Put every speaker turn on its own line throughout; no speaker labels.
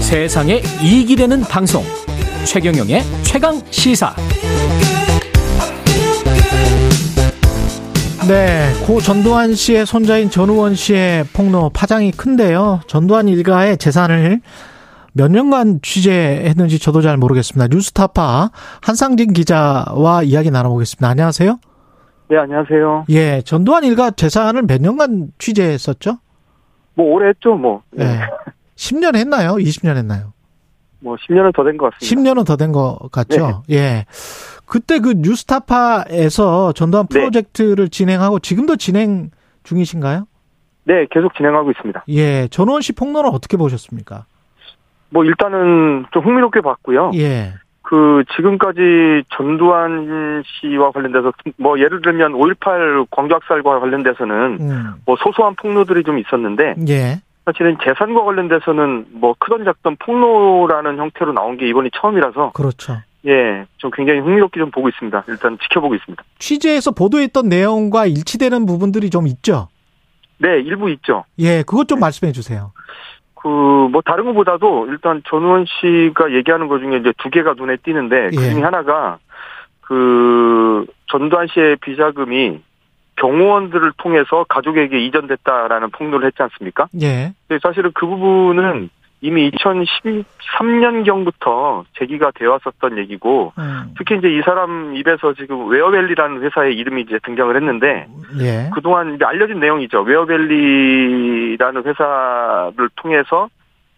세상에 이익이 되는 방송 최경영의 최강 시사
네, 고 전두환 씨의 손자인 전우원 씨의 폭로 파장이 큰데요. 전두환 일가의 재산을 몇 년간 취재했는지 저도 잘 모르겠습니다. 뉴스타파 한상진 기자와 이야기 나눠보겠습니다. 안녕하세요.
네, 안녕하세요.
예, 전두환 일가 재산을 몇 년간 취재했었죠?
뭐, 오래 했죠, 뭐. 네.
예. 10년 했나요? 20년 했나요?
뭐, 10년은 더 된 것 같습니다. 네.
10년은 더 된 것 같죠? 예. 그때 그 뉴스타파에서 전두환
네.
프로젝트를 진행하고 지금도 진행 중이신가요?
네, 계속 진행하고 있습니다.
예, 전우원 씨 폭로는 어떻게 보셨습니까?
뭐, 일단은 좀 흥미롭게 봤고요.
예,
그, 지금까지 전두환 씨와 관련돼서, 뭐, 예를 들면 5.18 광주학살과 관련돼서는
음,
뭐, 소소한 폭로들이 좀 있었는데,
예,
사실은 재산과 관련돼서는 뭐, 크던 작던 폭로라는 형태로 나온 게 이번이 처음이라서,
그렇죠.
예, 좀 굉장히 흥미롭게 좀 보고 있습니다. 일단 지켜보고 있습니다.
취재에서 보도했던 내용과 일치되는 부분들이 좀 있죠.
네, 일부 있죠.
예, 그것
네.
좀 말씀해 주세요.
그 뭐 다른 것보다도 일단 전우원 씨가 얘기하는 것 중에 이제 두 개가 눈에 띄는데 그
예.
중에 하나가 그 전두환 씨의 비자금이 경호원들을 통해서 가족에게 이전됐다라는 폭로를 했지 않습니까?
예,
근데 사실은 그 부분은 이미 2013년경부터 제기가 되어 왔었던 얘기고
음,
특히 이제 이 사람 입에서 지금 웨어밸리라는 회사의 이름이 이제 등장을 했는데
예,
그동안 이제 알려진 내용이죠. 웨어밸리라는 회사를 통해서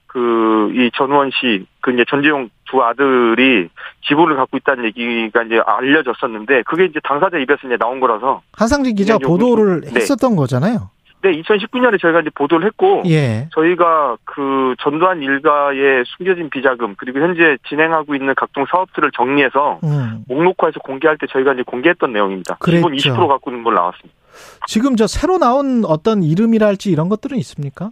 그 이 전우원 씨, 그 이제 전재용 두 아들이 지분을 갖고 있다는 얘기가 이제 알려졌었는데 그게 이제 당사자 입에서 이제 나온 거라서
한상진 기자
그냥 좀-
보도를
네.
했었던 거잖아요.
근데 2019년에 저희가 이제 보도를 했고
예,
저희가 그 전두환 일가의 숨겨진 비자금 그리고 현재 진행하고 있는 각종 사업들을 정리해서
음,
목록화해서 공개할 때 저희가 이제 공개했던 내용입니다. 지분
그랬죠.
20% 갖고 있는 걸 나왔습니다.
지금 저 새로 나온 어떤 이름이랄지 이런 것들은 있습니까?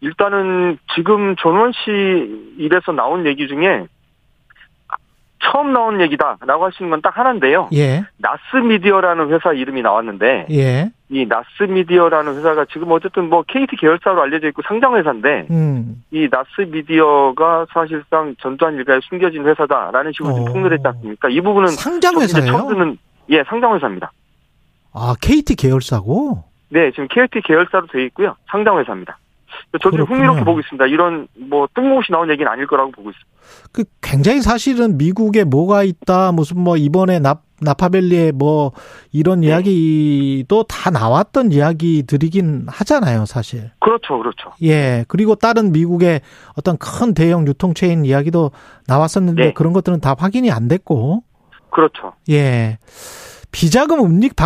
일단은 지금 전원 씨 입에서 나온 얘기 중에 처음 나온 얘기다라고 하시는 건 딱 하나인데요.
예,
나스 미디어라는 회사 이름이 나왔는데
예,
이 나스 미디어라는 회사가 지금 어쨌든 뭐 KT 계열사로 알려져 있고 상장 회사인데
음,
이 나스 미디어가 사실상 전두환 일가에 숨겨진 회사다라는 식으로 좀
어.
폭로를 했지 않습니까? 이 부분은
상장
저도 이제 처음
회사예요.
듣는 예 상장 회사입니다.
아, KT 계열사고.
네, 지금 KT 계열사로 되어 있고요. 상장 회사입니다. 저도
그렇군요.
흥미롭게 보고 있습니다. 이런 뭐 뜬금없이 나온 얘기는 아닐 거라고 보고 있습니다.
그 굉장히 사실은 미국에 뭐가 있다 무슨 뭐 이번에 나 나파벨리에 뭐 이런
네.
이야기도 다 나왔던 이야기들이긴 하잖아요 사실
그렇죠, 그렇죠.
예 그리고 다른 미국의 어떤 큰 대형 유통체인 이야기도 나왔었는데
네.
그런 것들은 다 확인이 안 됐고
그렇죠.
예 비자금 음닉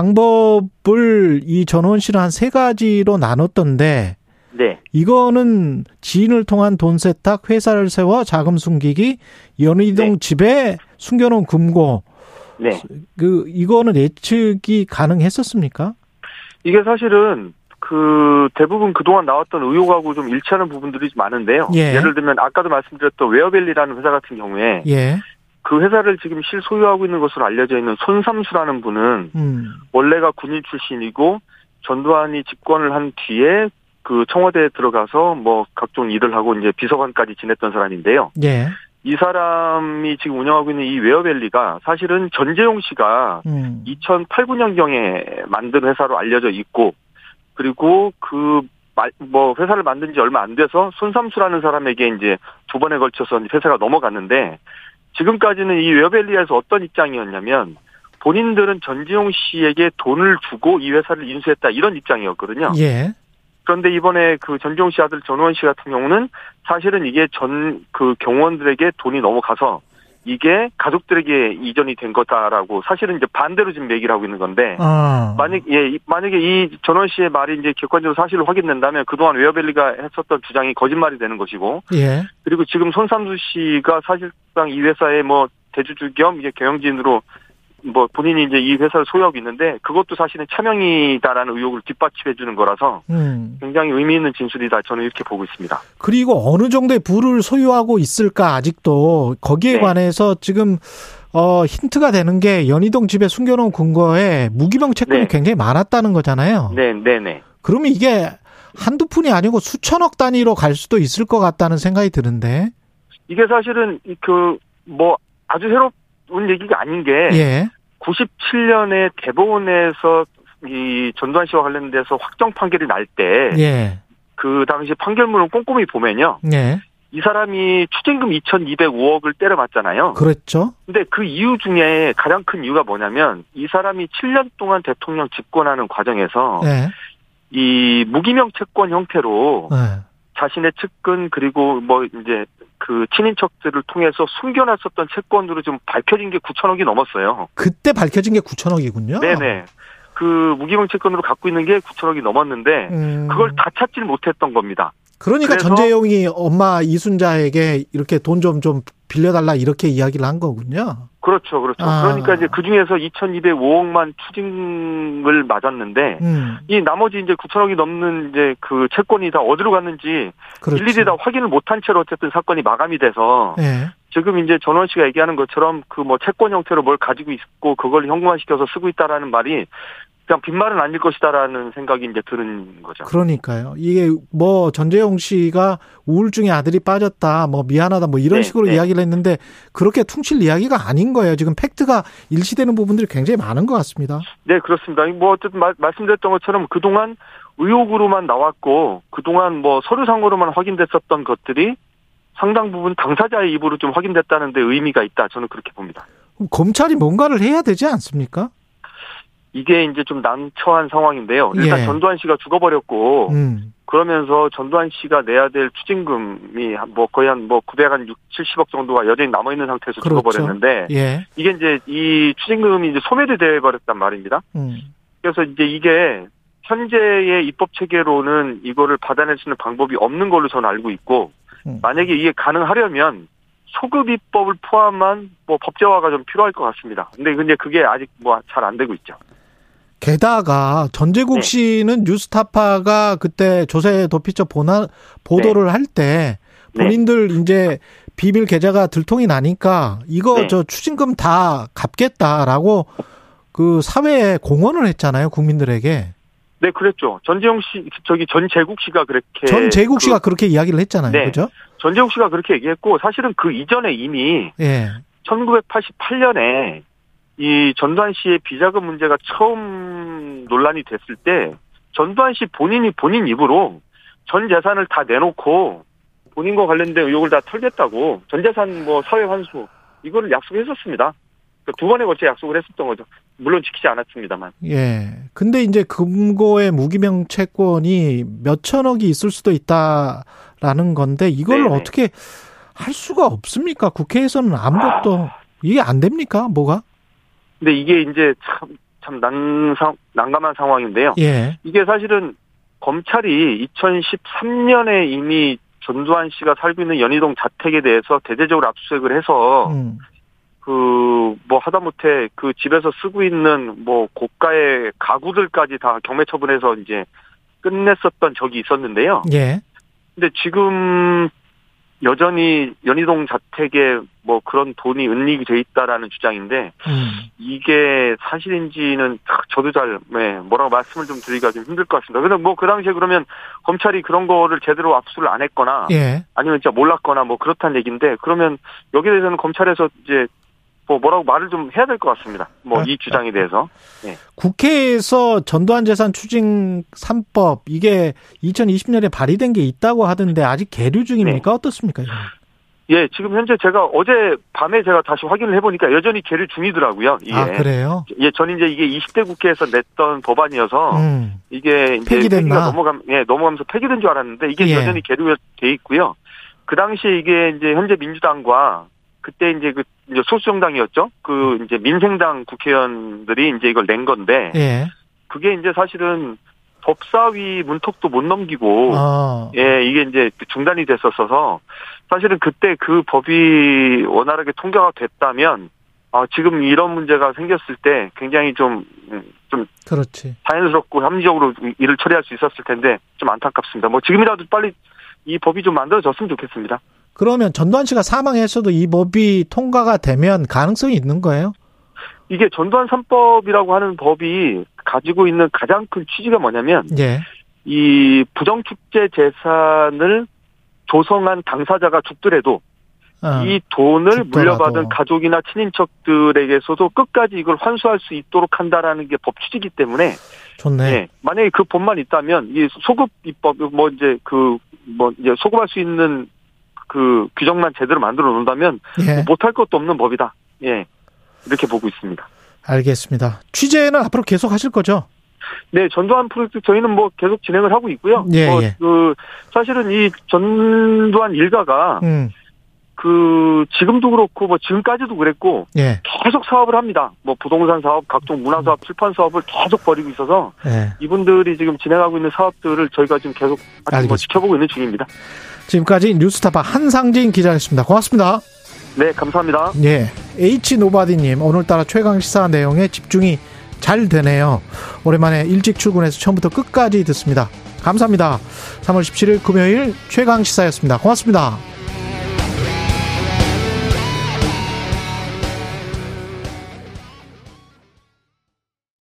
방법을 이 전원 씨는 한 세 가지로 나눴던데
네.
이거는 지인을 통한 돈 세탁, 회사를 세워 자금 숨기기, 연희동
네.
집에 숨겨놓은 금고.
네.
그 이거는 예측이 가능했었습니까?
이게 사실은 그 대부분 그동안 나왔던 의혹하고 좀 일치하는 부분들이 좀 많은데요.
예.
를 들면 아까도 말씀드렸던 웨어밸리라는 회사 같은 경우에
예.
그 회사를 지금 실소유하고 있는 것으로 알려져 있는 손삼수라는 분은
음.
원래가 군인 출신이고 전두환이 집권을 한 뒤에 그 청와대에 들어가서 뭐 각종 일을 하고 이제 비서관까지 지냈던 사람인데요.
예.
이 사람이 지금 운영하고 있는 이 웨어밸리가 사실은 전재용 씨가
음.
2008, 9년경에 만든 회사로 알려져 있고, 그리고 그, 말- 뭐, 회사를 만든 지 얼마 안 돼서 손삼수라는 사람에게 이제 두 번에 걸쳐서 이제 회사가 넘어갔는데, 지금까지는 이 웨어밸리에서 어떤 입장이었냐면, 본인들은 전지용 씨에게 돈을 주고 이 회사를 인수했다 이런 입장이었거든요.
예.
그런데 이번에 그 전지용 씨 아들 전우원 씨 같은 경우는 사실은 이게 전 그 경호원들에게 돈이 넘어가서 이게 가족들에게 이전이 된 거다라고 사실은 이제 반대로 지금 얘기를 하고 있는 건데
아.
만약 예 이- 만약에 이 전원 씨의 말이 이제 객관적으로 사실로 확인된다면 그동안 웨어밸리가 했었던 주장이 거짓말이 되는 것이고
예.
그리고 지금 손삼수 씨가 사실상 이 회사의 뭐 대주주 겸 이제 경영진으로 뭐 본인이 이제 이 회사를 소유하고 있는데 그것도 사실은 차명이다라는 의혹을 뒷받침해 주는 거라서
음.
굉장히 의미 있는 진술이다 저는 이렇게 보고 있습니다.
그리고 어느 정도의 부를 소유하고 있을까 아직도 거기에
네.
관해서 지금 어 힌트가 되는 게 연희동 집에 숨겨놓은 근거에 무기명 채권이
네.
굉장히 많았다는 거잖아요.
네, 네, 네.
그러면 이게 한두 푼이 아니고 수천억 단위로 갈 수도 있을 것 같다는 생각이 드는데.
이게 사실은 그 뭐 아주 새로운 얘기가 아닌 게
예.
97년에 대법원에서 이 전두환 씨와 관련돼서 확정 판결이 날 때 그
예.
당시 판결문을 꼼꼼히 보면요.
예.
이 사람이 추징금 2,205억을 때려맞잖아요.
그랬죠.
근데 그 이유 중에 가장 큰 이유가 뭐냐면 이 사람이 7년 동안 대통령 집권하는 과정에서
예.
이 무기명 채권 형태로
예.
자신의 측근 그리고 뭐 이제 그 친인척들을 통해서 숨겨놨었던 채권으로 좀 밝혀진 게 9천억이 넘었어요.
그때 밝혀진 게 9천억이군요.
네네. 그 무기명 채권으로 갖고 있는 게 9천억이 넘었는데
음,
그걸 다 찾질 못했던 겁니다.
그러니까
그래서-
전재용이 엄마 이순자에게 이렇게 돈 좀 좀 빌려달라 이렇게 이야기를 한 거군요.
그렇죠, 그렇죠.
아.
그러니까 이제 그 중에서 2,205억만 추징을 맞았는데
음,
이 나머지 이제 9천억이 넘는 이제 그 채권이 다 어디로 갔는지
그렇죠.
일일이 다 확인을 못한 채로 어쨌든 사건이 마감이 돼서
예.
지금 이제 전원 씨가 얘기하는 것처럼 그 뭐 채권 형태로 뭘 가지고 있고 그걸 현금화시켜서 쓰고 있다라는 말이 그냥 빈말은 아닐 것이다라는 생각이 이제 드는 거죠.
그러니까요. 이게 뭐 전재용 씨가 우울증에 아들이 빠졌다, 뭐 미안하다, 뭐 이런
네,
식으로
네.
이야기를 했는데 그렇게 퉁칠 이야기가 아닌 거예요. 지금 팩트가 일치되는 부분들이 굉장히 많은 것 같습니다.
네, 그렇습니다. 뭐 어쨌든 말, 말씀드렸던 것처럼 그동안 의혹으로만 나왔고 그동안 뭐 서류상으로만 확인됐었던 것들이 상당 부분 당사자의 입으로 좀 확인됐다는 데 의미가 있다. 저는 그렇게 봅니다.
그럼 검찰이 뭔가를 해야 되지 않습니까?
이게 이제 좀 난처한 상황인데요. 일단
예.
전두환 씨가 죽어버렸고
음,
그러면서 전두환 씨가 내야 될 추징금이 한뭐 거의 한 뭐 900한 6, 70억 정도가 여전히 남아 있는 상태에서
그렇죠.
죽어버렸는데
예,
이게 이제 이 추징금이 이제 소멸이 되어 버렸단 말입니다.
음,
그래서 이제 이게 현재의 입법 체계로는 이거를 받아낼 수 있는 방법이 없는 걸로 저는 알고 있고
음.
만약에 이게 가능하려면 소급 입법을 포함한 뭐 법제화가 좀 필요할 것 같습니다. 근데 근데 그게 아직 뭐 잘 안 되고 있죠.
게다가 전재국
네.
씨는 뉴스타파가 그때 조세 도피처 보나, 보도를 할 때
네.
본인들 이제 비밀 계좌가 들통이 나니까 이거
네.
저 추징금 다 갚겠다라고 그 사회에 공헌을 했잖아요 국민들에게
네, 그랬죠. 전재용 씨, 저기 전재국 씨가 그렇게
전재국
그
씨가 그렇게 이야기를 했잖아요
네.
그죠?
전재욱 씨가 그렇게 얘기했고 사실은 그 이전에 이미
예,
1988년에 이 전두환 씨의 비자금 문제가 처음 논란이 됐을 때 전두환 씨 본인이 본인 입으로 전 재산을 다 내놓고 본인과 관련된 의혹을 다 털겠다고 전 재산 뭐 사회 환수 이거를 약속했었습니다. 그러니까 두 번에 걸쳐 약속을 했었던 거죠. 물론 지키지 않았습니다만.
예. 근데 이제 금고의 무기명 채권이 몇 천억이 있을 수도 있다라는 건데 이걸
네네.
어떻게 할 수가 없습니까? 국회에서는 아무것도 이게 안 됩니까? 뭐가?
근데 이게 이제 참, 참 난상, 난감한 상황인데요.
예.
이게 사실은 검찰이 2013년에 이미 전두환 씨가 살고 있는 연희동 자택에 대해서 대대적으로 압수수색을 해서
음.
그 뭐 하다못해 그 집에서 쓰고 있는 뭐 고가의 가구들까지 다 경매 처분해서 이제 끝냈었던 적이 있었는데요.
예.
근데 지금 여전히 연희동 자택에 뭐 그런 돈이 은닉이 돼 있다라는 주장인데
음.
이게 사실인지는 저도 잘 네, 뭐라고 말씀을 좀 드리기가 좀 힘들 것 같습니다. 근데 뭐 그 당시에 그러면 검찰이 그런 거를 제대로 압수를 안 했거나
예.
아니면 진짜 몰랐거나 뭐 그렇다는 얘기인데 그러면 여기에 대해서는 검찰에서 이제 뭐 뭐라고 말을 좀 해야 될 것 같습니다. 뭐
아,
이 주장에 대해서.
국회에서 전두환 재산 추징 3법 이게 2020년에 발의된 게 있다고 하던데 아직 계류 중입니까?
네.
어떻습니까? 이건?
예, 지금 현재 제가 어제 밤에 제가 다시 확인을 해보니까 여전히 계류 중이더라고요. 이게.
아, 그래요?
예, 저는 이제 이게 20대 국회에서 냈던 법안이어서
음.
이게 이제
폐기됐나?
폐기가 넘어감 예 넘어가면서 폐기된 줄 알았는데 이게
예.
여전히 계류가 돼 있고요. 그 당시 에 이게 이제 현재 민주당과 그때 이제 그 이제 소수정당이었죠. 그 이제 민생당 국회의원들이 이제 이걸 낸 건데
예.
그게 이제 사실은 법사위 문턱도 못 넘기고
어.
예 이게 이제 중단이 됐었어서 사실은 그때 그 법이 원활하게 통과가 됐다면 아 지금 이런 문제가 생겼을 때 굉장히 좀 음, 좀
그렇지.
자연스럽고 합리적으로 일을 처리할 수 있었을 텐데 좀 안타깝습니다. 뭐 지금이라도 빨리 이 법이 좀 만들어졌으면 좋겠습니다.
그러면 전두환 씨가 사망했어도 이 법이 통과가 되면 가능성이 있는 거예요?
이게 전두환 3법이라고 하는 법이 가지고 있는 가장 큰 취지가 뭐냐면
예.
이 부정축제 재산을 조성한 당사자가 죽더라도
어,
이 돈을
죽더라도.
물려받은 가족이나 친인척들에게서도 끝까지 이걸 환수할 수 있도록 한다라는 게 법 취지이기 때문에
좋네.
예, 만약에 그 법만 있다면 이 소급 입법 뭐 이제 그 뭐 이제 소급할 수 있는 그 규정만 제대로 만들어 놓는다면
예.
못할 것도 없는 법이다. 예. 이렇게 보고 있습니다.
알겠습니다. 취재는 앞으로 계속 하실 거죠?
네, 전두환 프로젝트 저희는 뭐 계속 진행을 하고 있고요.
예,
뭐
예.
그 사실은 이 전두환 일가가
음.
그 지금도 그렇고 뭐 지금까지도 그랬고
예.
계속 사업을 합니다. 뭐 부동산 사업, 각종 문화 사업, 출판 사업을 계속 벌이고 있어서
예.
이분들이 지금 진행하고 있는 사업들을 저희가 지금 계속 아직
알겠습니다.
뭐 지켜보고 있는 중입니다.
지금까지 뉴스타파 한상진 기자였습니다. 고맙습니다.
네, 감사합니다.
예. H 노바디님, 오늘따라 최강 시사 내용에 집중이 잘 되네요. 오랜만에 일찍 출근해서 처음부터 끝까지 듣습니다. 감사합니다. 3월 17일 금요일 최강 시사였습니다. 고맙습니다.